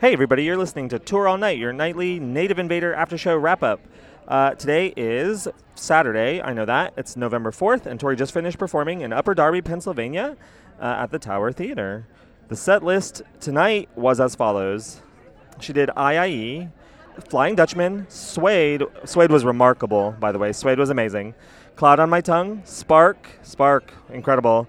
Hey, everybody, you're listening to Tour All Night, your nightly Native Invader after show wrap up. Uh, today is Saturday, I know that. It's November 4th, and Tori just finished performing in Upper Darby, Pennsylvania uh, at the Tower Theater. The set list tonight was as follows She did IIE, Flying Dutchman, Suede. Suede was remarkable, by the way. Suede was amazing. Cloud on My Tongue, Spark, Spark, incredible.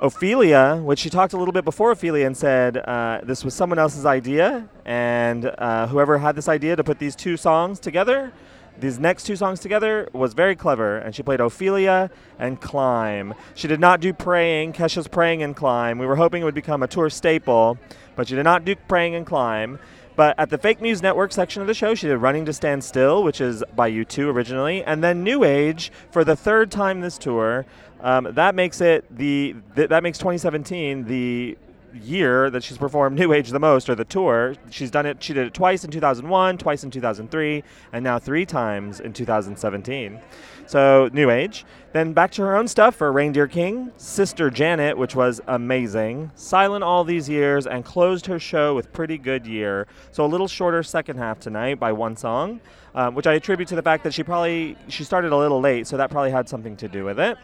Ophelia, which she talked a little bit before Ophelia and said uh, this was someone else's idea, and uh, whoever had this idea to put these two songs together, these next two songs together, was very clever. And she played Ophelia and Climb. She did not do Praying, Kesha's Praying and Climb. We were hoping it would become a tour staple, but she did not do Praying and Climb. But at the Fake News Network section of the show, she did Running to Stand Still, which is by U2 originally, and then New Age for the third time this tour. Um, that makes it the th- that makes 2017 the year that she's performed New Age the most, or the tour. She's done it. She did it twice in 2001, twice in 2003, and now three times in 2017. So New Age. Then back to her own stuff for Reindeer King, Sister Janet, which was amazing. Silent all these years, and closed her show with Pretty Good Year. So a little shorter second half tonight by one song, um, which I attribute to the fact that she probably she started a little late, so that probably had something to do with it.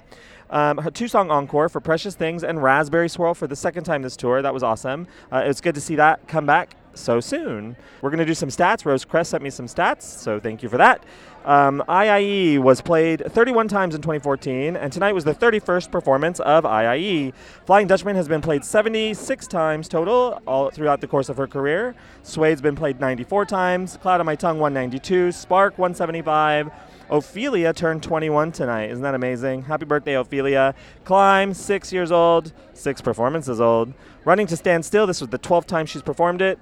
Um, her two song encore for Precious Things and Raspberry Swirl for the second time this tour. That was awesome. Uh, it's good to see that come back so soon. We're going to do some stats. Rose Crest sent me some stats, so thank you for that. Um, IIE was played 31 times in 2014, and tonight was the 31st performance of IIE. Flying Dutchman has been played 76 times total all throughout the course of her career. Suede's been played 94 times, Cloud on My Tongue 192, Spark 175. Ophelia turned 21 tonight. Isn't that amazing? Happy birthday, Ophelia. Climb, six years old, six performances old. Running to Stand Still, this was the 12th time she's performed it.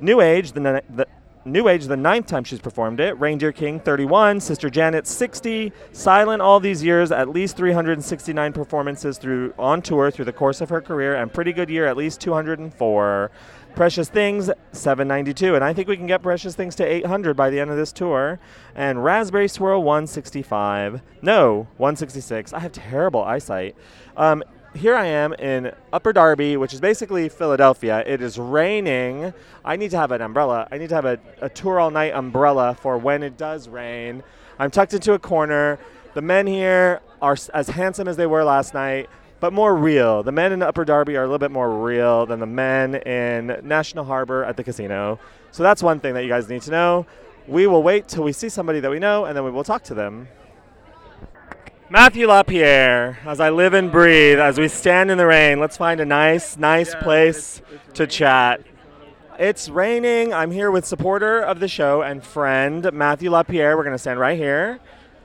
New Age, the, ni- the New Age, the ninth time she's performed it. Reindeer King, 31. Sister Janet, 60. Silent all these years, at least 369 performances through on tour through the course of her career, and Pretty Good Year, at least 204. Precious Things, 792. And I think we can get Precious Things to 800 by the end of this tour. And Raspberry Swirl, 165. No, 166. I have terrible eyesight. Um, here I am in Upper Darby, which is basically Philadelphia. It is raining. I need to have an umbrella. I need to have a, a tour all night umbrella for when it does rain. I'm tucked into a corner. The men here are s- as handsome as they were last night, but more real. The men in Upper Darby are a little bit more real than the men in National Harbor at the casino. So that's one thing that you guys need to know. We will wait till we see somebody that we know, and then we will talk to them. Matthew LaPierre, as I live and breathe, as we stand in the rain, let's find a nice, nice place to chat. It's raining. I'm here with supporter of the show and friend Matthew LaPierre. We're going to stand right here.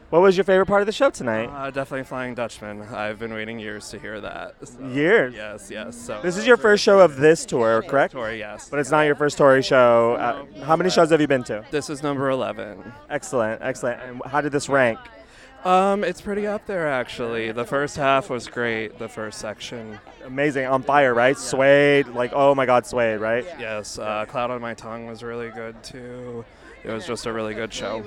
What was your favorite part of the show tonight? Uh, definitely Flying Dutchman. I've been waiting years to hear that. so- Years. Um, Yes, yes. So uh, This is your first show of this tour, correct? tour, yes. But it's not your first Tory show. Uh, how many shows have you been to? this is number eleven. Excellent, excellent. And how did this rank? Um, it's pretty up there actually. The first half was great. The first section. Amazing, on fire, right? Suede, like, oh my God, Suede, right? Yes. Uh, Cloud on my tongue was really good too. It was just a really good show.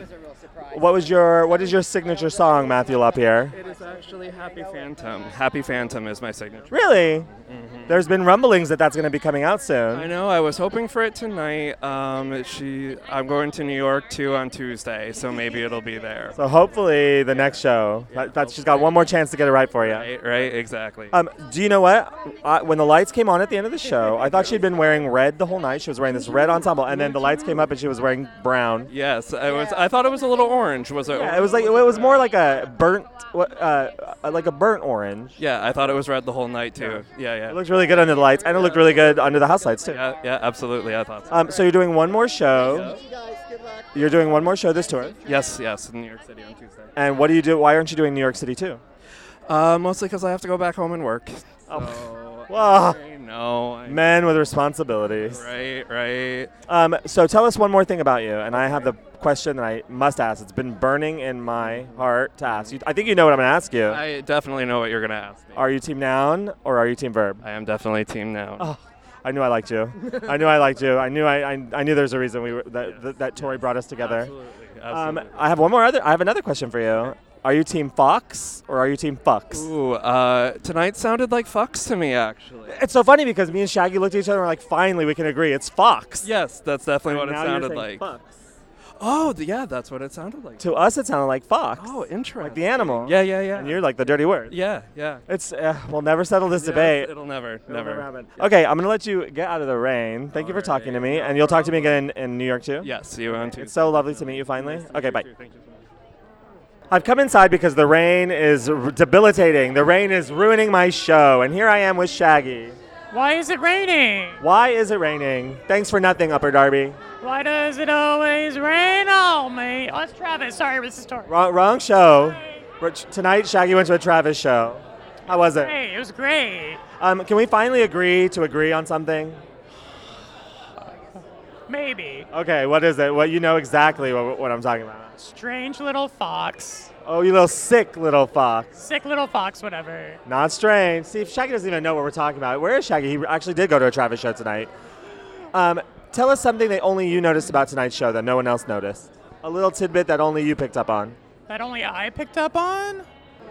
What was your What is your signature song, Matthew LaPierre? It is actually Happy Phantom. Happy Phantom is my signature. Really? Mm-hmm. There's been rumblings that that's going to be coming out I soon. know. I was hoping for it tonight. Um, she. I'm going to New York too on Tuesday, so maybe it'll be there. So hopefully the next show. That, that, she's got one more chance to get it right for you. Right. Right. Exactly. Um, do you know what? I, when the lights came on at the end of the show, I thought she'd been wearing red the whole night. She was wearing this red ensemble, and then the lights came up and she was wearing brown. Yes, I was. I thought it was a little orange. Was it? Yeah, it was like it was more like a burnt, what, uh, uh, like a burnt orange. Yeah, I thought it was red the whole night too. Yeah, yeah. It looked really good under the lights, and it looked really good under the house lights too. yeah, yeah, absolutely. I thought. So. Um, so you're doing one more show. You're doing one more show this tour. yes, yes, in New York City on Tuesday. And what do you do? Why aren't you doing New York City too? Uh, mostly because I have to go back home and work. So, Wow. I know. I- Oh. Men with responsibilities. Right, right. Um, so tell us one more thing about you, and I have the question that I must ask. It's been burning in my Mm-hmm. heart to ask you. I think you know what I'm going to ask you. I definitely know what you're gonna ask me. Are you team noun or are you team verb? I am definitely team now. Oh, I knew I liked you. I knew I liked you. I knew I, I, I knew there's a reason we were, that, that, that Tori brought us together. absolutely. Um, absolutely. I have one more other. I have another question for you. Are you Team Fox or are you Team Fucks? Ooh, uh, tonight sounded like fucks to me, actually. It's so funny because me and Shaggy looked at each other and were like, finally, we can agree. It's Fox. Yes, that's definitely And what it now sounded you're saying like. Fucks. Oh, th- yeah, that's what it sounded like. To us, it sounded like Fox. Oh, interesting. like the animal. Yeah, yeah, yeah. And you're like the dirty word. yeah, yeah. It's uh, we'll never settle this Yeah, debate. It'll never, It'll never. happen. Okay, I'm gonna let you get out of the rain. Thank you for talking to Alright, me, no and you'll talk to me again in, in New York too. Yes, you on It's Tuesday. so lovely to meet you finally. okay, bye. Thank you so much. I've come inside because the rain is r- debilitating. The rain is ruining my show, and here I am with Shaggy. Why is it raining? Why is it raining? Thanks for nothing, Upper Darby. Why does it always rain on me? Oh, it's Travis. Sorry, this is Tori. Wrong, wrong show. Ri- Tonight, Shaggy went to a Travis show. How was it? Hey, it was great. Um, can we finally agree to agree on something? Maybe. Okay, what is it? Well, you know exactly what, what I'm talking about. Strange little fox. Oh, you little sick little fox. Sick little fox, whatever. Not strange. See, Shaggy doesn't even know what we're talking about. Where is Shaggy? He actually did go to a Travis show tonight. Um, tell us something that only you noticed about tonight's show that no one else noticed. A little tidbit that only you picked up on. That only I picked up on?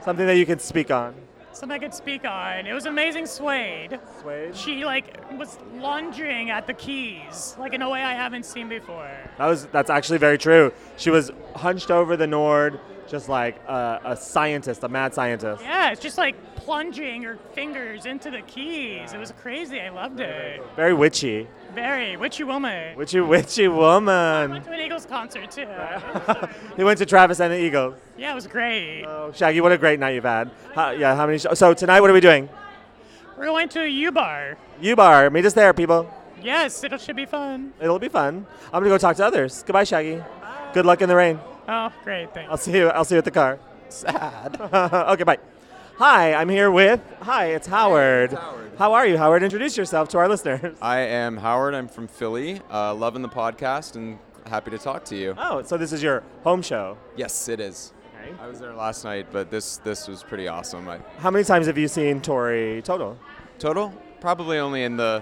Something that you could speak on. Something I could speak on. It was amazing suede. Suede? She, like, was lunging at the keys, like, in a way I haven't seen before. That was that's actually very true. She was hunched over the Nord, just like a, a scientist, a mad scientist. Yeah, it's just like plunging her fingers into the keys. It was crazy. I loved it. Very witchy, Very witchy woman. witchy, witchy woman. Went to an Eagles concert too. he went to Travis and the Eagles. Yeah, it was great. Oh, Shaggy, what a great night you've had. How, yeah, how many? Sh- so tonight, what are we doing? We're going to a U bar. You bar, meet us there, people. Yes, it should be fun. It'll be fun. I'm gonna go talk to others. Goodbye, Shaggy. Good luck in the rain. Oh, great, thanks. I'll see you. I'll see you at the car. Sad. okay, bye. Hi, I'm here with. Hi, it's Howard. Howard. How are you, Howard? Introduce yourself to our listeners. I am Howard. I'm from Philly. Uh, loving the podcast and happy to talk to you. Oh, so this is your home show. Yes, it is. Okay. I was there last night, but this this was pretty awesome. I, How many times have you seen Tori total? total, probably only in the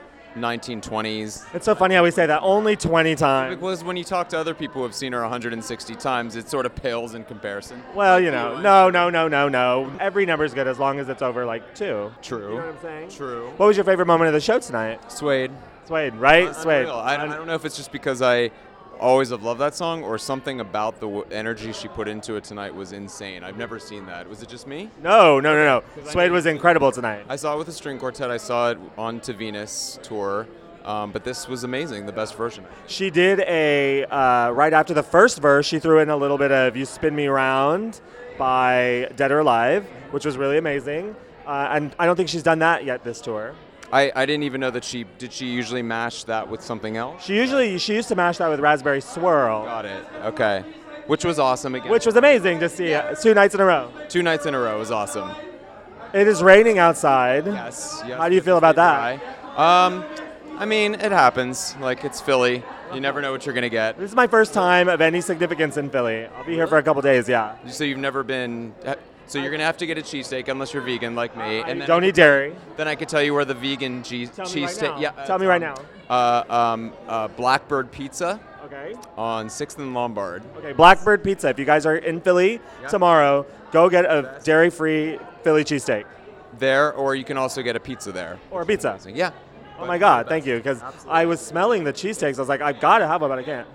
1920s. It's so funny how we say that only 20 It times. was when you talk to other people who have seen her 160 times, it sort of pales in comparison. Well, you know, no, no, no, no, no. Every number's good as long as it's over like two. True. You know what I'm saying? True. What was your favorite moment of the show tonight? Suede. Suede, right? Suede. Unreal. I, I don't know if it's just because I always have loved that song or something about the w- energy she put into it tonight was insane. I've never seen that. Was it just me? No, no, no, no. Suede was incredible tonight. I saw it with a string quartet. I saw it on To Venus tour, um, but this was amazing. The best version. She did a, uh, right after the first verse, she threw in a little bit of You Spin Me Round by Dead or Alive, which was really amazing. Uh, and I don't think she's done that yet this tour. I, I didn't even know that she did. She usually mash that with something else. She usually she used to mash that with raspberry swirl, Got it. Okay, which was awesome again. which was amazing to see uh, two nights in a row. two nights in a row was awesome. It is raining outside. Yes. yes How do you but feel it about stayed that? dry. Um, I mean, it happens. Like it's Philly. You never know what you're gonna get. This is my first time of any significance in Philly. I'll be here for a couple days. Yeah. So you've never been. So you're gonna have to get a cheesesteak unless you're vegan like me. I And then, Uh, don't eat dairy. then I could tell you where the vegan cheese Tell me right cheesesteak. now. yeah. Tell me right now. uh, um, uh, Blackbird Pizza Okay. on Sixth and Lombard. Okay. Blackbird Pizza. If you guys are in Philly Yeah. tomorrow, go get a dairy-free Philly cheesesteak There, or you can also get a pizza there. or a pizza. So, yeah. Oh my God! Thank you, because I was smelling the cheesesteaks. I was like, I've got to have one, but I can't.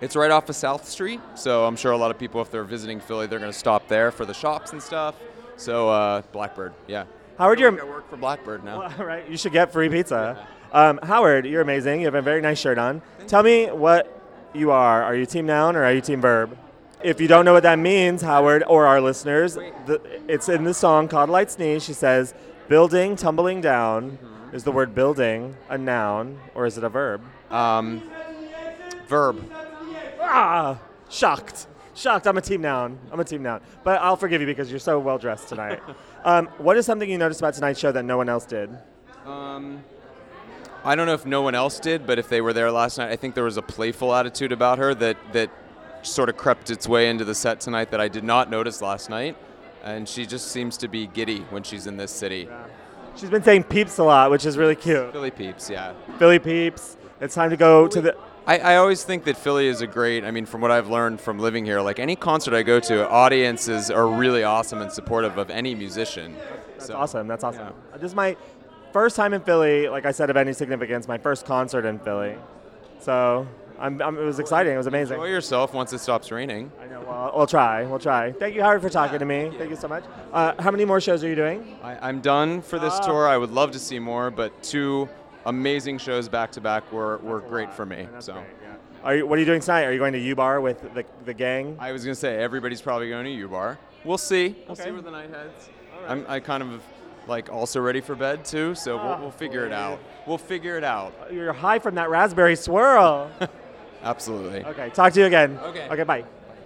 It's right off of South Street, so I'm sure a lot of people, if they're visiting Philly, they're going to stop there for the shops and stuff. So uh, Blackbird, yeah. Howard, I you're work for Blackbird now. All right, you should get free pizza. Um, Howard, you're amazing. You have a very nice shirt on. Tell me what you are. Are you team noun or are you team verb? If you don't know what that means, Howard, or our listeners, the, it's in the song called Light's Knee. She says, building, tumbling down. Is the word building a noun or is it a verb? Um, verb. Ah, shocked. Shocked. I'm a team noun. I'm a team noun. But I'll forgive you because you're so well dressed tonight. um, what is something you noticed about tonight's show that no one else did? Um, I don't know if no one else did, but if they were there last night, I think there was a playful attitude about her that that sort of crept its way into the set tonight that I did not notice last night. And she just seems to be giddy when she's in this city. She's been saying peeps a lot, which is really cute. Philly peeps, yeah. Philly peeps. It's time to go to the. I, I always think that Philly is a great. I mean, from what I've learned from living here, like any concert I go to, audiences are really awesome and supportive of any musician. That's awesome. That's awesome. This is my first time in Philly. Like I said, of any significance, my first concert in Philly. So I'm, I'm, it was exciting. It was amazing. Enjoy yourself once it stops raining. I know. Well, we'll try. We'll try. Thank you, Howard, for talking to me. Thank you so much. Uh, how many more shows are you doing? I, I'm done for this Ah. tour. I would love to see more, but two amazing shows back to back were, were great for me. So Are you, what are you doing tonight? Are you going to U Bar with the, the gang? I was gonna say everybody's probably going to U Bar. We'll see. We'll see Okay. where the night heads. I'm I kind of like also ready for bed too, so we'll, Ah. we'll figure it out. We'll figure it out. You're high from that raspberry swirl. Absolutely. okay, talk to you again. Okay. Okay, bye.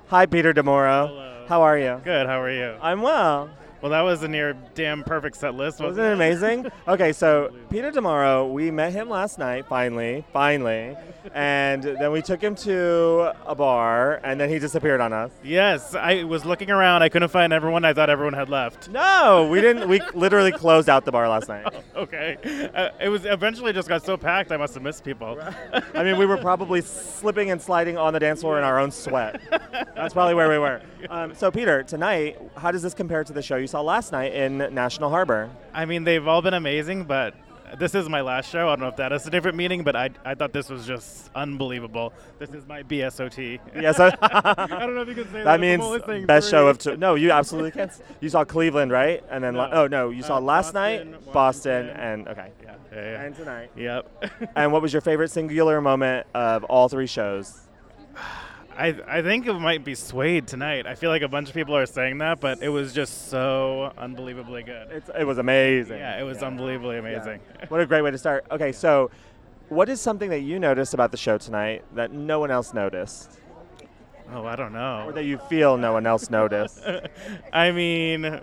Hi, Peter DeMoro. Hello. How are you? Good. How are you? I'm well. Well, that was a near damn perfect set list, wasn't, Wasn't it amazing? Okay, so Peter Demaro, we met him last night, finally, finally, and then we took him to a bar, and then he disappeared on us. Yes, I was looking around. I couldn't find everyone. I thought everyone had left. Oh. No, we didn't. We literally closed out the bar last night. Okay. Uh, it was eventually just got so packed. I must have missed people. I mean, we were probably slipping and sliding on the dance floor in our own sweat. That's probably where we were. Um, so, Peter, tonight, how does this compare to the show you saw last night in National Harbor? I mean, they've all been amazing, but this is my last show. I don't know if that is a different meaning, but I, I thought this was just unbelievable. This is my BSOT. Yes. I- I don't know if you can say that. It's That the means fullest thing, best show three. of two. No, you absolutely can't. s- You saw Cleveland, right? And then la- No. oh no, you saw Uh, last Boston, night, Boston, Washington. and okay, Yeah. yeah, and tonight. yeah. Yep. And what was your favorite singular moment of all three shows? I, I think it might be Suede tonight. I feel like a bunch of people are saying that, but it was just so unbelievably good. It's, it was amazing. Yeah, it was unbelievably amazing. What a great way to start. Okay, so what is something that you noticed about the show tonight that no one else noticed, Oh, I don't or know. that you feel no one else noticed? I mean, I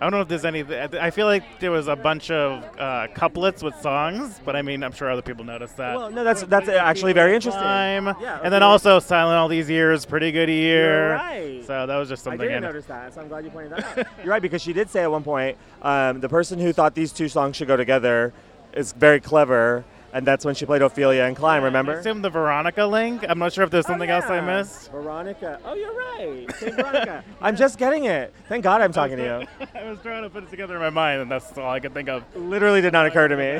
don't know if there's any. I feel like there was a bunch of uh, couplets with songs, but I mean, I'm sure other people noticed that. well, no, that's that's actually very interesting. Time, Yeah, and then okay. also silent all these years, pretty good year. You're right. So that was just something. I didn't and- notice that, so I'm glad you pointed that out. You're right, because she did say at one point, um, the person who thought these two songs should go together is very clever, and that's when she played Ophelia and Klein, I remember? assume the Veronica link. I'm not sure if there's Oh, something else I yeah. missed. Veronica. Oh, you're right. Say Veronica. I'm just getting it. Thank God I'm talking to I was trying to put it together in my mind, and that's all I could think of. you. Literally did not occur to me.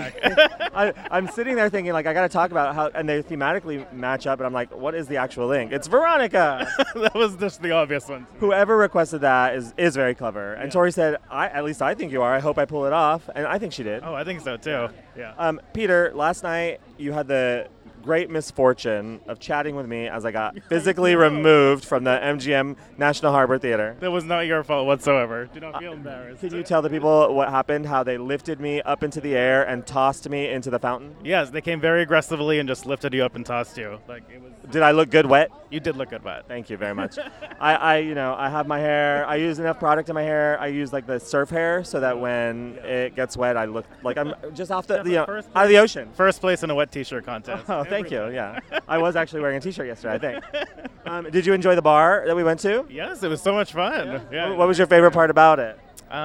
I, I'm sitting there thinking, like, I got to talk about how, and they thematically match up, and I'm like, what is the actual link? It's Veronica. that was just the obvious one. Whoever requested that is, is very clever. And Tori said, I, at least I think you are. I hope I pull it off. And I think she did. Oh, I think so too. Yeah. Um, Peter, last night you had the great misfortune of chatting with me as I got physically removed from the MGM National Harbor Theater. that was not your fault whatsoever. Do not feel Uh, embarrassed. Can you tell the people what happened? How they lifted me up into the air and tossed me into the fountain? Yes, they came very aggressively and just lifted you up and tossed you. Like it was. Did I look good wet? You did look good, but Thank you very much. I, I, you know, I have my hair. I use enough product in my hair. I use like the surf hair so that when it gets wet, I look like I'm just off the, but you know, first out of the ocean. first place in a wet T-shirt contest. Oh, thank you. Yeah, I was actually wearing a T-shirt yesterday. I think. Um, did you enjoy the bar that we went to? Yes, it was so much fun. Yeah. What was your favorite part about it?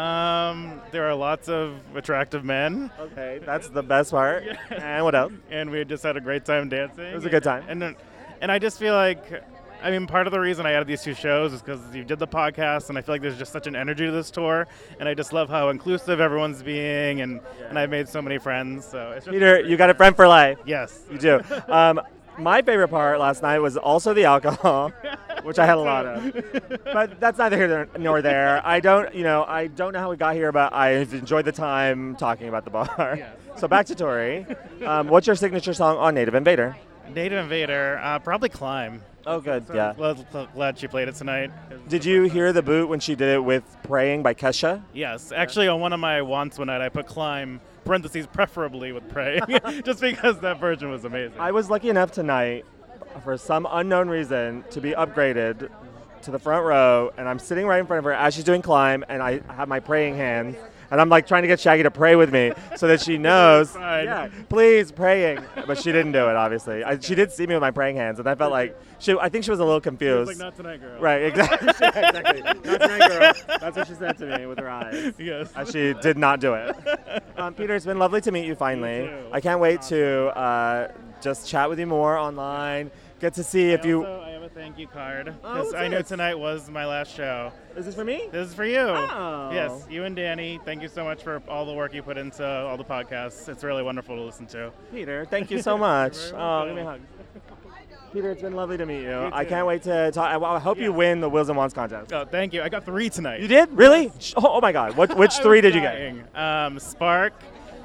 Um, there are lots of attractive men, Okay, that's the best part. And what else? and we just had a great time dancing. It was a good time. And then- and I just feel like, I mean, part of the reason I added these two shows is because you did the podcast, and I feel like there's just such an energy to this tour, and I just love how inclusive everyone's being, and and I've made so many friends. So it's just Peter, you got a friend for life. Yes. You do. Um, my favorite part last night was also the alcohol, which I had a lot of. But that's neither here nor there. I don't, you know, I don't know how we got here, but I enjoyed the time talking about the bar. So back to Tori. Um, what's your signature song on Native Invader? Native Invader, uh, probably climb. Oh, good. So Yeah. Glad, glad she played it tonight. Did you hear the boot when she did it with "Praying" by Kesha? Yes, actually, on one of my wants one night, I put climb parentheses preferably with pray, just because that version was amazing. I was lucky enough tonight, for some unknown reason, to be upgraded to the front row, and I'm sitting right in front of her as she's doing climb, and I have my praying hands, and I'm like trying to get Shaggy to pray with me so that she knows. Fine. Yeah, please praying, but she didn't do it. Obviously, I, she did see me with my praying hands, and I felt like she. I think she was a little confused. It's like not tonight, girl. Right, exactly. Yeah, exactly. That's my girl. That's what she said to me with her eyes. Yes. Uh, she did not do it. Um, Peter, it's been lovely to meet you finally. too. I can't wait to uh, just chat with you more online. Get to see if I you. also- Oh, I have a thank you card Oh, because what's I know this? tonight was my last show. Is this for me? This is for you. Oh. Yes, you and Danny. Thank you so much for all the work you put into all the podcasts. It's really wonderful to listen to. Peter, thank you so much. very oh, give me a hug. welcome. Peter, it's been lovely to meet you. I too. can't wait to talk. I, well, I hope you win the Wills and Wants contest. Oh, thank you. I got three tonight. You did? Really? Sh- Oh, oh my God. What, which three did you get? get? Um, Spark,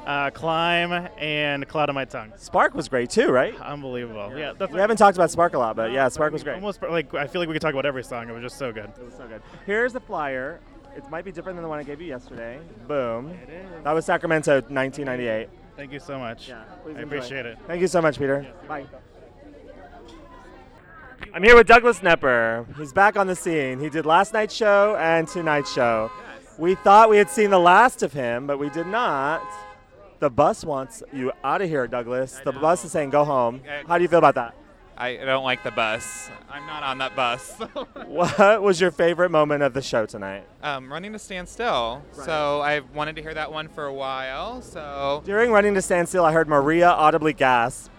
uh, Climb, and Cloud on My Tongue. Spark was great too, right? Unbelievable. Yeah, that's We haven't talked about Spark a lot, but yeah, Spark was great. Almost like I feel like we could talk about every song. It was just so good. It was so good. Here's the flyer. It might be different than the one I gave you yesterday. Boom. That was Sacramento 1998. Thank you so much. please I enjoy. appreciate it. Thank you so much, Peter. Bye. I'm here with Douglas Nepper. He's back on the scene. He did last night's show and tonight's show. We thought we had seen the last of him, but we did not. The bus wants you out of here, Douglas. the bus is saying go home. Uh, How do you feel about that? I don't like the bus. I'm not on that bus. What was your favorite moment of the show tonight? um, running to stand still. So I wanted to hear that one for a while. So During running to stand still, I heard Maria audibly gasp.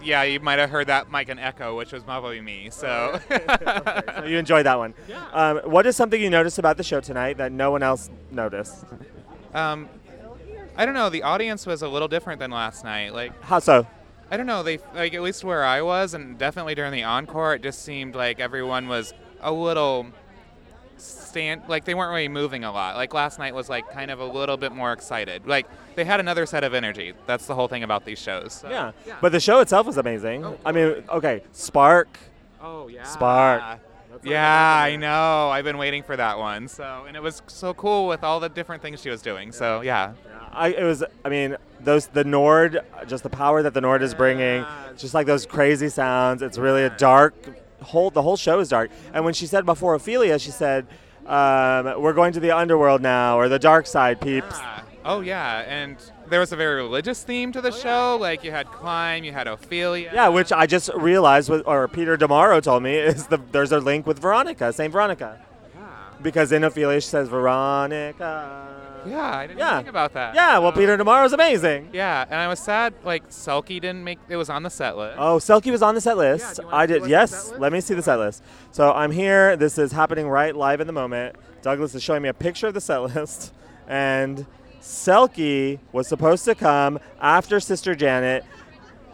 yeah, you might have heard that mic and echo, which was probably me. So So you enjoyed that one. Yeah. Um, what is something you noticed about the show tonight that no one else noticed? um, I don't know. The audience was a little different than last night. Like How so? I don't know. They like at least where I was, and definitely during the encore, it just seemed like everyone was a little stand like they weren't really moving a lot. Like last night was like kind of a little bit more excited. Like they had another set of energy. That's the whole thing about these shows. So. Yeah. But the show itself was amazing. I mean, okay, Spark. Oh yeah. Spark. Yeah, I know. I've been waiting for that one. So, and it was so cool with all the different things she was doing. So, yeah. I, it was. I mean, those the Nord, just the power that the Nord is bringing, just like those crazy sounds. It's really a dark whole. The whole show is dark. And when she said before Ophelia, she said, um, "We're going to the underworld now, or the dark side, peeps." Oh yeah, and there was a very religious theme to the Oh, show. Like you had climb, you had Ophelia. Yeah, which I just realized, was, or Peter Damaro told me, is the there's a link with Veronica, Saint Veronica, because in Ophelia she says Veronica. Yeah, I didn't Uh, Yeah. think about that. Oh. Yeah, well, So- Peter Damaro's amazing. Yeah, and I was sad. Like Selkie didn't make. It was on the set list. Oh, Selkie was on the set list. do you wanna I see did. what's on the set Yes, list? let me see the set list. So I'm here. This is happening right live in the moment. Douglas is showing me a picture of the set list, and Selkie was supposed to come after Sister Janet.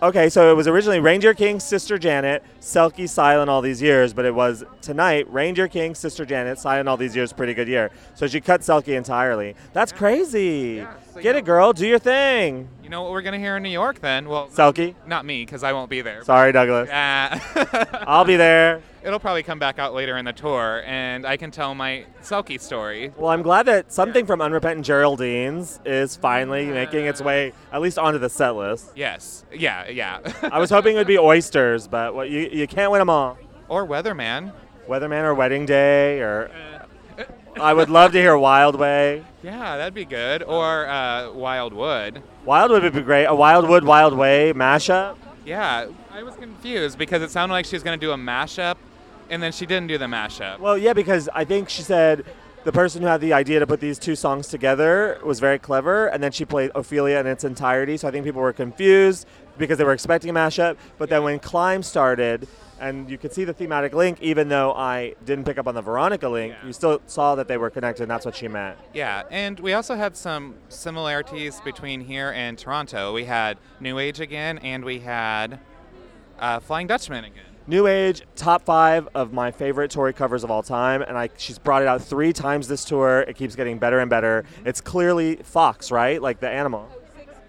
Okay, so it was originally Ranger King, Sister Janet, Selkie, Silent all these years, but it was tonight Ranger King, Sister Janet, Silent all these years, pretty good year. So she cut Selkie entirely. That's crazy. Yeah, so Get you- it, girl. Do your thing. You know what we're gonna hear in New York then? Well, Selkie. not me because I won't be there. Sorry, Douglas. Yeah. I'll be there. It'll probably come back out later in the tour, and I can tell my Selkie story. Well, I'm glad that something from Unrepentant Geraldines is finally making its way at least onto the set list. Yes. Yeah. Yeah. I was hoping it would be oysters, but what, you you can't win them all. or Weatherman. Uh, Weatherman or Wedding Day or I would love to hear Wild Way. Yeah, that'd be good. Or uh, Wildwood. Wildwood would be great. A Wildwood Wild Way mashup. Yeah, I was confused because it sounded like she was gonna do a mashup, and then she didn't do the mashup. Well, yeah, because I think she said the person who had the idea to put these two songs together was very clever, and then she played Ophelia in its entirety. So I think people were confused because they were expecting a mashup. But then when Climb started, and you could see the thematic link, even though I didn't pick up on the Veronica link, Yeah. you still saw that they were connected, and that's what she meant. Yeah, and we also had some similarities between here and Toronto. We had New Age again, and we had uh, Flying Dutchman again. New Age, top five of my favorite Tory covers of all time, and I she's brought it out three times this tour. It keeps getting better and better. It's clearly Fox, right? Like the animal.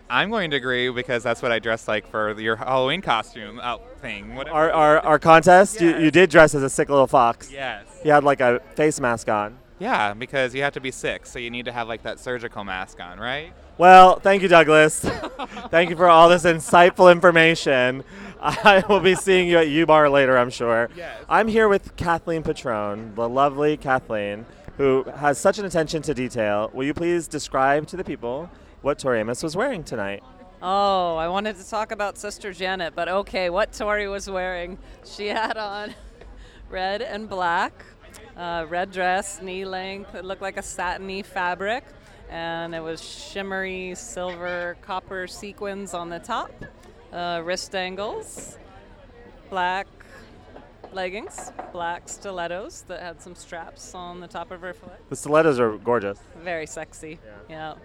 I'm going to agree because that's what I dressed like for your Halloween costume out thing. Whatever. Our, our, our contest, you, you Yes. did dress as a sick little fox. yes. He had like a face mask on. Yeah, because you have to be sick, so you need to have like that surgical mask on, right? Well, thank you, Douglas. thank you for all this insightful information. I will be seeing you at U Bar later, I'm sure. Yes. I'm here with Kathleen Patrone, the lovely Kathleen, who has such an attention to detail. Will you please describe to the people what Tori Amos was wearing tonight? Oh, I wanted to talk about Sister Janet, but okay, what Tori was wearing. She had on red and black, uh, red dress, knee length. It looked like a satiny fabric, and it was shimmery silver copper sequins on the top, uh, wrist angles, black leggings, black stilettos that had some straps on the top of her foot. The stilettos are gorgeous. Very sexy. Yeah.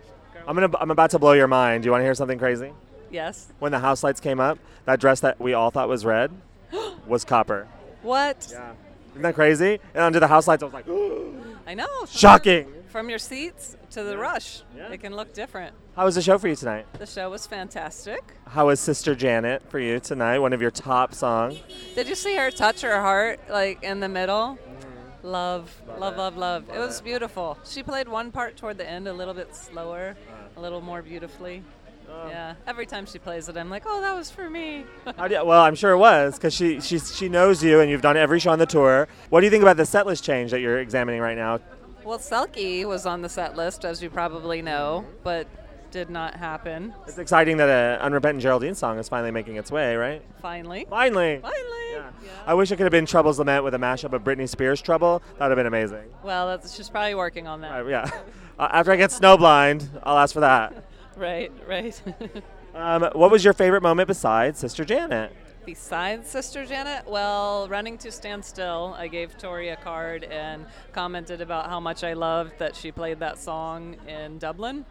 I'm gonna. I'm about to blow your mind. Do you want to hear something crazy? Yes. When the house lights came up, that dress that we all thought was red was copper. What? Isn't that crazy? And under the house lights, I was like, I know. from- Shocking. From your seats to the rush, it can look different. "How was the show for you tonight? The show was fantastic. How was Sister Janet for you tonight? One of your top songs." Did you see her touch her heart like in the middle? Mm. Love, love, love, love. It was beautiful. She played one part toward the end a little bit slower, a little more beautifully. Yeah. Every time she plays it, I'm like, oh, that was for me. How do you, well, I'm sure it was because she, she she knows you and you've done every show on the tour. What do you think about the setlist change that you're examining right now? well, Selkie was on the set list, as you probably know, but did not happen. It's exciting that a Unrepentant Geraldine song is finally making its way, right? Finally. Finally. Finally. I wish it could have been Trouble's Lament with a mashup of Britney Spears' Trouble. That would have been amazing. Well, that's, she's probably working on that. Uh, yeah. Uh, after I get snowblind, I'll ask for that. Right, right. Um, what was your favorite moment besides Sister Janet? Besides Sister Janet, well, running to stand still, I gave Tori a card and commented about how much I loved that she played that song in Dublin,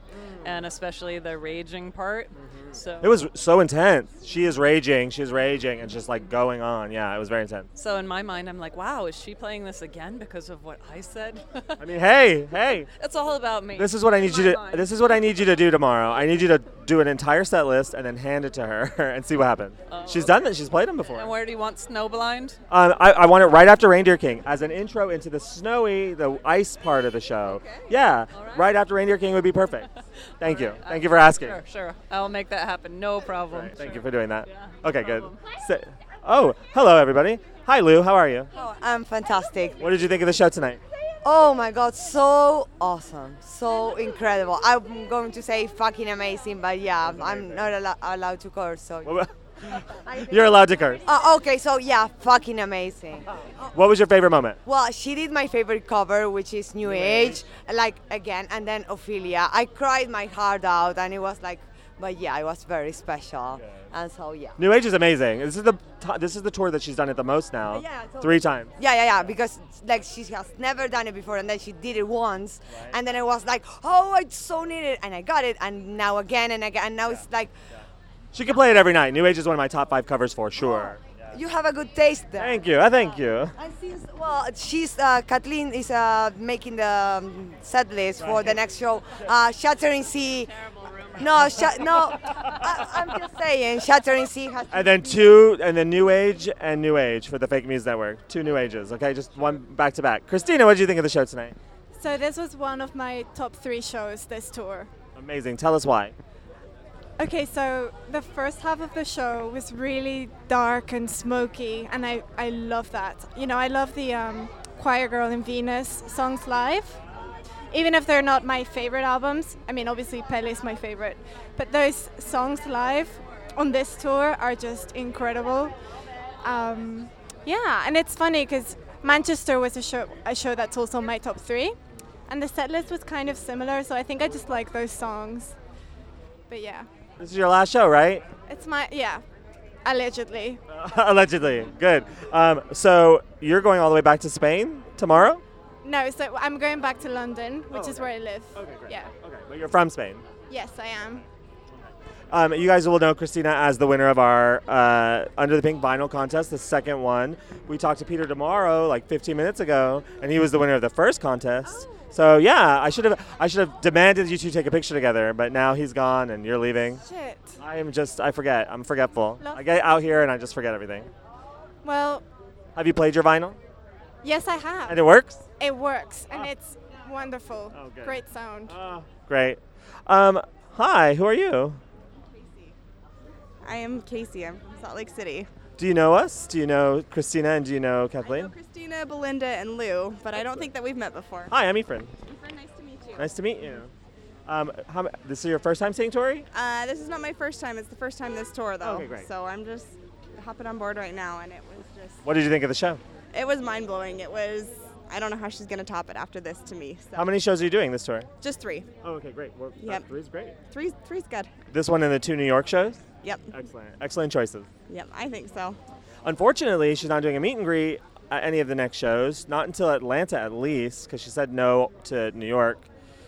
and especially the raging part. So It was so intense. She is raging. She's raging and just like going on. Yeah, it was very intense. So in my mind, I'm like, wow, is she playing this again because of what I said? I mean, hey, hey. it's all about me. This is what I need you Oh my to. mind. This is what I need you to do tomorrow. I need you to do an entire set list and then hand it to her and see what happens. She's done that. She's played them before. Oh, and where do you want Snowblind? Um, I, I want it right after Reindeer King as an intro into the snowy, the ice part of the show. Yeah, right. after Reindeer King would be perfect. Thank you. Thank you for asking. Sure, sure. I'll make that happen. No problem. Thank you for doing that. okay, good. So- oh, hello everybody. Hi Lou, how are you? Oh, I'm fantastic. What did you think of the show tonight? Oh my god, so awesome. So incredible. I'm going to say fucking amazing, but yeah, I'm not allo- allowed to curse. So. What wa- You're allowed to curse. Uh, okay, so yeah, fucking amazing. What was your favorite moment? Well, she did my favorite cover, which is New, Age, like again, and then Ophelia. I cried my heart out, and it was like, but yeah, it was very special. And so, yeah. New Age is amazing. This is the t- this is the tour that she's done it the most now. Yeah, totally. Three times. Yeah, yeah, yeah. Because like she has never done it before, and then she did it once, and then I was like, oh, I so need it, and I got it, and now again and again, and now it's like, She could play it every night. New Age is one of my top five covers for sure. you have a good taste there. Thank you. I thank you. And since well, she's uh, Kathleen is uh, making the um, set list for the next show. Uh, Shattering Sea. No, sha- no. I- I'm just saying, Shattering Sea has. And then two, and then New Age and New Age for the Fake News Network. Two New Ages, okay? Just one back to back. Christina, what did you think of the show tonight? So this was one of my top three shows this tour. Amazing. Tell us why. Okay, so the first half of the show was really dark and smoky, and I, I love that. You know, I love the um, Choir Girl and Venus songs live. Even if they're not my favorite albums, I mean, obviously Pele is my favorite, but those songs live on this tour are just incredible. Um, yeah, and it's funny because Manchester was a show, a show that's also my top three, and the set list was kind of similar, so I think I just like those songs. But yeah. This is your last show, right? It's my yeah, allegedly. Allegedly. Good. Um, so you're going all the way back to Spain tomorrow? No, so I'm going back to London, which is where I live. Yeah. Oh, Okay, but you're from Spain. Yes, I am. Um, you guys will know Christina as the winner of our uh, Under the Pink vinyl contest, the second one. We talked to Peter tomorrow, like 15 minutes ago, and he was the winner of the first contest. So yeah, I should have I should have demanded you two take a picture together, but now he's gone and you're leaving. Shit. I am just I forget. I'm forgetful. Love- I get out here and I just forget everything. Well, Have you played your vinyl? yes, I And have. it works? Ah. It works, and it's wonderful. Oh, good. Ah. Great sound. Great. Um, hi, who are you? I am Casey. I'm from Salt Lake City. Do you know us? Do you know Christina and do you know Kathleen? Christina, Belinda, and Lou, but I don't think that we've met before. Hi, I'm Ephraim. Nice to meet you. Nice to meet you. Um, how, m- this is your first time seeing Tori? Uh, this is not my first time. It's the first time this tour, though. Okay, great. So I'm just hopping on board right now, and it was just What did you think of the show? it was mind blowing. It was I don't know how she's gonna top it after this to me. So How many shows are you doing this tour? just three. Oh, okay, great. Well, Yep. three's great. Three's three's good. This one and the two New York shows? Yep. Excellent. Excellent choices. Yep. I think so. Unfortunately, she's not doing a meet and greet at any of the next shows, not until Atlanta at least, because she said no to New York,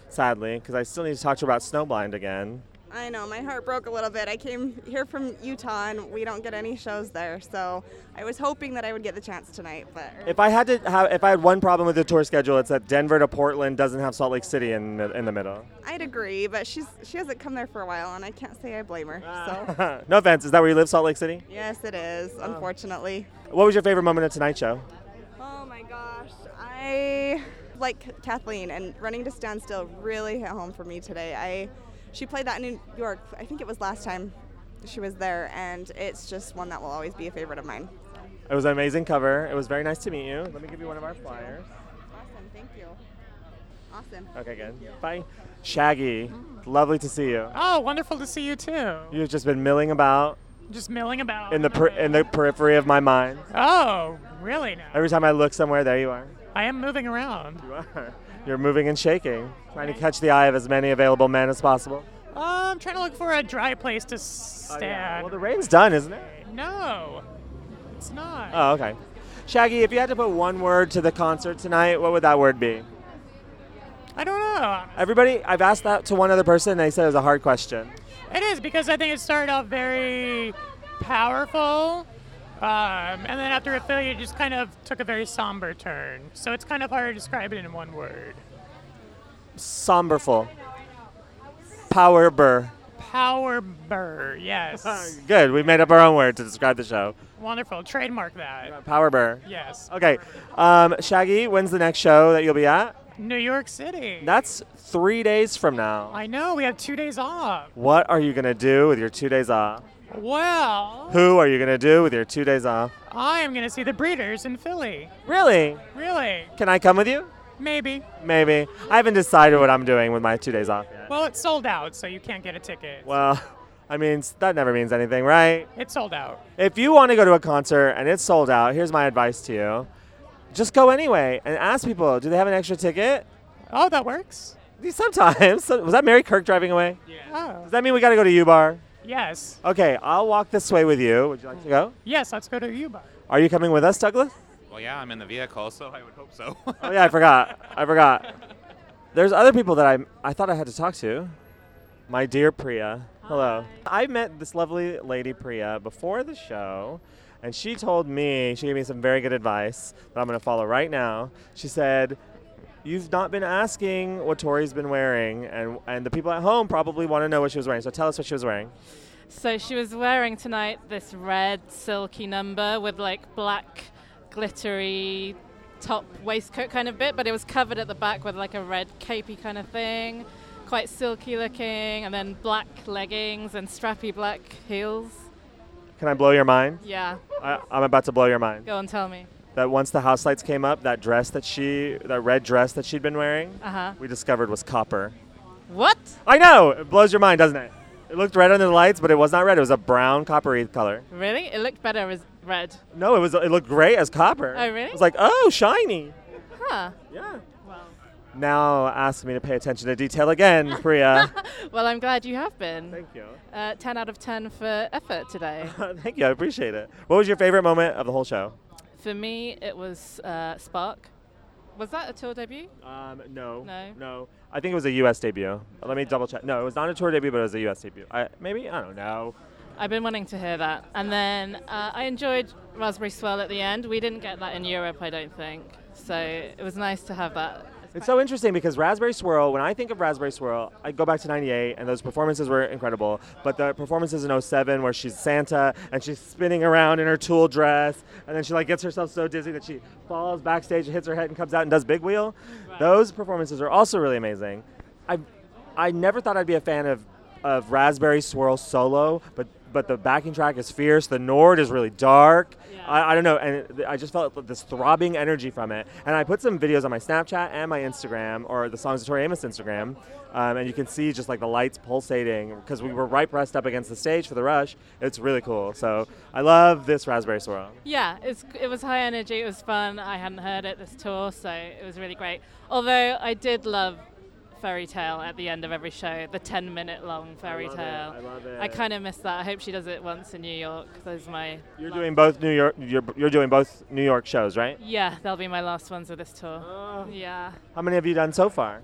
sadly, because I still need to talk to her about Snowblind again. I know my heart broke a little bit. I came here from Utah, and we don't get any shows there. So I was hoping that I would get the chance tonight, but If I had to have, if I had one problem with the tour schedule, it's that Denver to Portland doesn't have Salt Lake City in the, in the middle. I'd agree. But she's she hasn't come there for a while, and I can't say I blame her. So no offense, is that where you live, Salt Lake City? yes, it is unfortunately. What was your favorite moment of tonight's show? Oh my gosh. I like Kathleen and running to stand still really hit home for me today. I she played that in New York. I think it was last time she was there and it's just one that will always be a favorite of mine. It was an amazing cover. It was very nice to meet you. Let me give you one of our flyers. Awesome, thank you. Awesome. Okay, good. Bye. Shaggy, lovely to see you. Oh, wonderful to see you too. You've just been milling about Just milling about. in the per- in the periphery of my mind. Ah! oh, really now? Every time I look somewhere, there you are. I am moving around. You are. You're moving and shaking, trying to catch the eye of as many available men as possible. Uh, I'm trying to look for a dry place to stand. Oh, Well, the rain's done, isn't it? no, it's not. Oh, okay. Shaggy, if you had to put one word to the concert tonight, what would that word be? I don't know. Everybody, I've asked that to one other person, and they said it was a hard question. It is because I think it started off very powerful, um, and then after a failure, it just kind of took a very somber turn. So it's kind of hard to describe it in one word. Somberful. Powerber. Power burr, yes. Good, we made up our own word to describe the show. Wonderful. Trademark that. Powerber. Yes. Okay, um, Shaggy, when's the next show that you'll be at? New York City. That's three days from now. I know, we have two days off. What are you going to do with your two days off? Well, Who are you going to do with your two days off? I am going to see the Breeders in Philly. Really? Really? Can I come with you? Maybe. Maybe. I haven't decided what I'm doing with my two days off yet. Well, it's sold out, so you can't get a ticket. Well, I mean, s- that never means anything, right? It's sold out. If you want to go to a concert and it's sold out, here's my advice to you just go anyway and ask people, do they have an extra ticket? Oh, that works? Sometimes. So- Was that Mary Kirk driving away? Oh. Does that mean we got to go to U Bar? Yes. Okay, I'll walk this way with you. Would you like to go? Yes, let's go to Yuba. Are you coming with us, Douglas? Well, yeah, I'm in the vehicle, so I would hope so. Oh, yeah, I forgot. I forgot. There's other people that I I thought I had to talk to. My dear Priya. Hello. I met this lovely lady Priya before the show, and she told me, she gave me some very good advice that I'm going to follow right now. She said, "You've not been asking what Tori's been wearing, and and the people at home probably want to know what she was wearing. So tell us what she was wearing." So she was wearing tonight this red silky number with like black glittery top waistcoat kind of bit, but it was covered at the back with like a red capey kind of thing, quite silky looking, and then black leggings and strappy black heels. Can I blow your mind? Yeah, I, I'm about to blow your mind. go and tell me. That once the house lights came up, that dress that she, that red dress that she'd been wearing, Uh huh. we discovered was copper. What? I know. It blows your mind, doesn't it? It looked red under the lights, but it was not red. It was a brown coppery color. Really? It looked better as red. No, it was. It looked gray as copper. Oh, really? It was like, oh, shiny. Huh. Yeah. Now ask me to pay attention to detail again, Priya. Well, I'm glad you have been. Thank you. Uh, 10 out of 10 for effort today. Thank you. I appreciate it. What was your favorite moment of the whole show? For me, it was uh, Spark. Was that a tour debut? Um, no. No. No. I think it was a U.S. debut. Let me double check. No, it was not a tour debut, but it was a U.S. debut. I, maybe I don't know. I've been wanting to hear that. And then uh, I enjoyed Raspberry Swirl at the end. We didn't get that in Europe, I don't think. So it was nice to have that. It's so interesting because Raspberry Swirl, when I think of Raspberry Swirl, I go back to 98 and those performances were incredible. But the performances in 07 where she's Santa and she's spinning around in her tulle dress and then she like gets herself so dizzy that she falls backstage and hits her head and comes out and does Big Wheel. Those performances are also really amazing. I I never thought I'd be a fan of of Raspberry Swirl solo, but but the backing track is fierce. The Nord is really dark. I, I don't know, and it- I just felt this throbbing energy from it. And I put some videos on my Snapchat and my Instagram, or the songs of Tori Amos Instagram, um, and you can see just like the lights pulsating because we were right pressed up against the stage for the rush. It's really cool. So I love this Raspberry Swirl. Yeah, it's, it was high energy. It was fun. I hadn't heard it this tour, so it was really great. Although I did love Fairy Tale at the end of every show, the 10 minute long Fairy love it, Tale. I love it. kind of miss that. I hope she does it once in New York. Those my. You're doing both New York. You're, you're doing both New York shows, right? Yeah, they'll be my last ones of this tour. Ah. Yeah. How many have you done so far?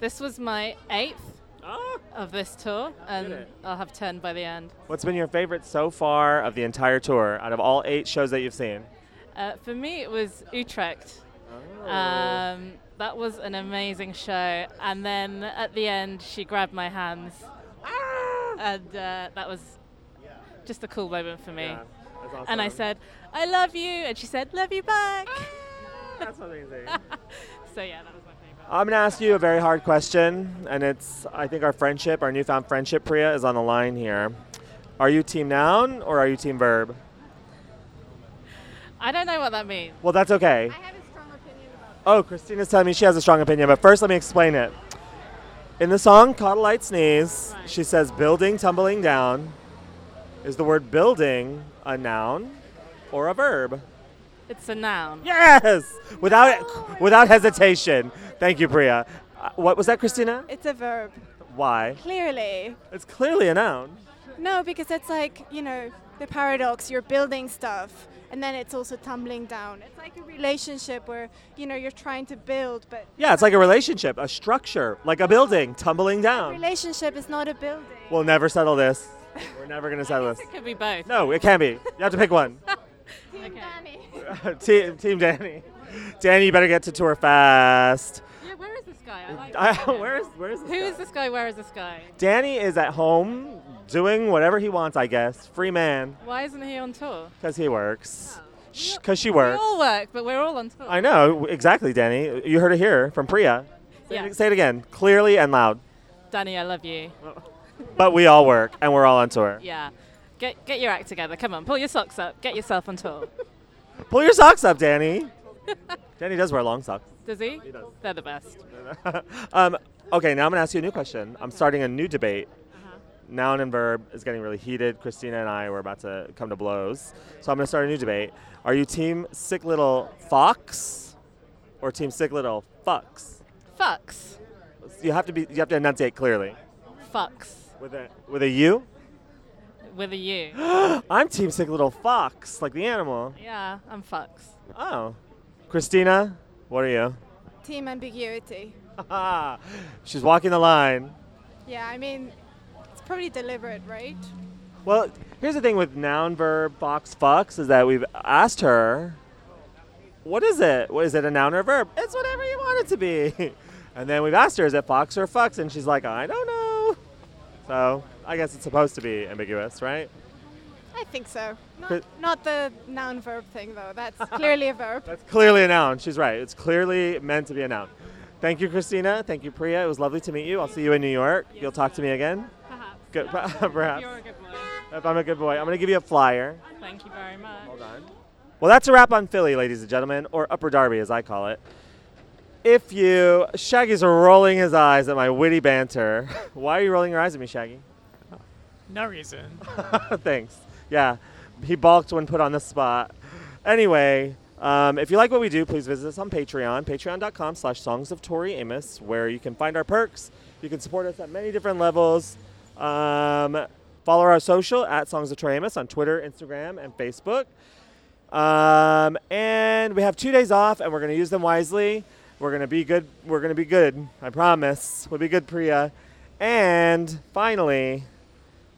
This was my eighth Ah. of this tour, and I'll have 10 by the end. What's been your favorite so far of the entire tour, out of all eight shows that you've seen? Uh, for me, it was Utrecht. Oh. Um, that was an amazing show. And then at the end, she grabbed my hands. Ah. And uh, that was just a cool moment for me. And awesome. I Ah, said, I love you. And she said, Love you back. That's amazing. so, yeah, that was my favorite. I'm gonna ask you a very hard question, and it's I think our friendship, our newfound friendship, Priya, is on the line here. Are you team noun or are you team verb? I don't know what that means. Well, that's okay. I have a strong opinion about. Oh, Christina's telling me she has a strong opinion, but first let me explain it. In the song "Caudalite Sneeze," she says "building tumbling down." Is the word "building" a noun or a verb? It's a noun. Yes, without without hesitation. Thank you, Priya. Uh, What was that, Christina? It's a verb, Why? clearly. It's clearly a noun. No, because it's like, you know, the paradox, you're building stuff and then it's also tumbling down. It's like a relationship where, you know, you're trying to build, but Yeah, it's like a relationship, a structure, like a building tumbling down. relationship is not a building. We'll never settle this. We're never gonna settle this. It could be both. No, it can't be. You have to pick one. Okay. team, team Danny. Danny, you better get to tour fast. Yeah, where is this guy? I like I- him. where is- where is this Who guy? is this guy? Where is this guy? Danny is at home doing whatever he wants, I guess. Free man, Why isn't he on tour? because he Oh. works. Because she We works. all work, but we're all on tour. Uh, I know, exactly, Danny. You heard it here from Priya. Say, Yeah. it, say it again, clearly and loud. Danny, I love you. But we all work, and we're all on tour. Yeah. Get, get your act together. Come on, pull your socks up. Get yourself on tour. Pull your socks up, Danny. Danny does wear long socks. Does he? They're the best. um, okay, now I'm going to ask you a new question. I'm starting a new debate. Noun and verb is getting really heated. Christina and I were about to come to blows. So I'm going to start a new debate. Are you team sick little fox or team sick little fucks? Fucks. You have to be you have to enunciate clearly. Fucks. With a with a U? With a U. I'm team sick little fox, like the animal. yeah, I'm fucks. Oh. Christina, what are you? Team ambiguity. She's walking the line. Yeah, I mean, it's probably deliberate, right? Well, here's the thing with noun, verb, fox, fucks is that we've asked her, what is it? What is it a noun or a verb? It's whatever you want it to be. And then we've asked her, is it fox or fucks? And she's like, I don't know. So I guess it's supposed to be ambiguous, right? I think so. Not, But- not the noun verb thing, though. That's clearly a verb. Clearly a noun. She's right. It's clearly meant to be a noun. Thank you, Christina. Thank you, Priya. It was lovely to meet you. I'll see you in New York. You'll talk to me again. Perhaps. Good, perhaps. You're a good boy. If I'm a good boy, I'm going to give you a flyer. Thank you very much. Hold on. Well, that's a wrap on Philly, ladies and gentlemen, or Upper Darby as I call it. If you, Shaggy's rolling his eyes at my witty banter. Why are you rolling your eyes at me, Shaggy? No reason. Thanks. Yeah, he balked when put on the spot. Anyway, um, if you like what we do, please visit us on Patreon, patreon.com slash songs of Tori Amos, where you can find our perks. You can support us at many different levels. Um, follow our social at Songs of Tori Amos on Twitter, Instagram, and Facebook. Um, and we have two days off, and we're going to use them wisely. We're going to be good. We're going to be good. I promise. We'll be good, Priya. And finally,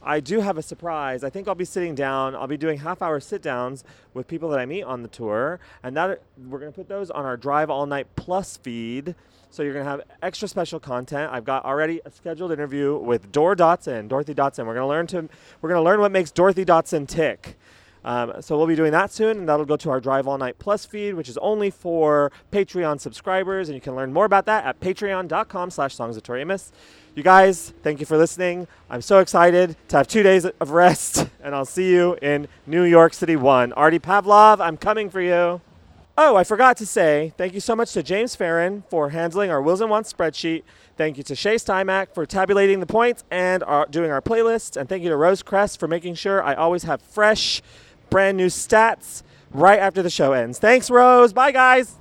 I do have a surprise. I think I'll be sitting down. I'll be doing half hour sit downs with people that I meet on the tour, and that we're gonna put those on our Drive All Night Plus feed. So you're gonna have extra special content. I've got already a scheduled interview with Dor Dotson, Dorothy Dotson. We're gonna learn to we're gonna learn what makes Dorothy Dotson tick. Um, so we'll be doing that soon, and that'll go to our Drive All Night Plus feed, which is only for Patreon subscribers, and you can learn more about that at patreon.com slash songs of Tori Amos. You guys, thank you for listening. I'm so excited to have two days of rest, and I'll see you in New York City 1. Artie Pavlov, I'm coming for you. Oh, I forgot to say thank you so much to James Farron for handling our Wills and Wants spreadsheet. Thank you to Shay Stymack for tabulating the points and our, doing our playlists. And thank you to Rose Crest for making sure I always have fresh, brand new stats right after the show ends. Thanks, Rose. Bye, guys.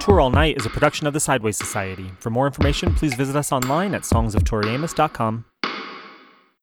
Tour All Night is a production of the Sideways Society. For more information, please visit us online at songsoftoriamus.com.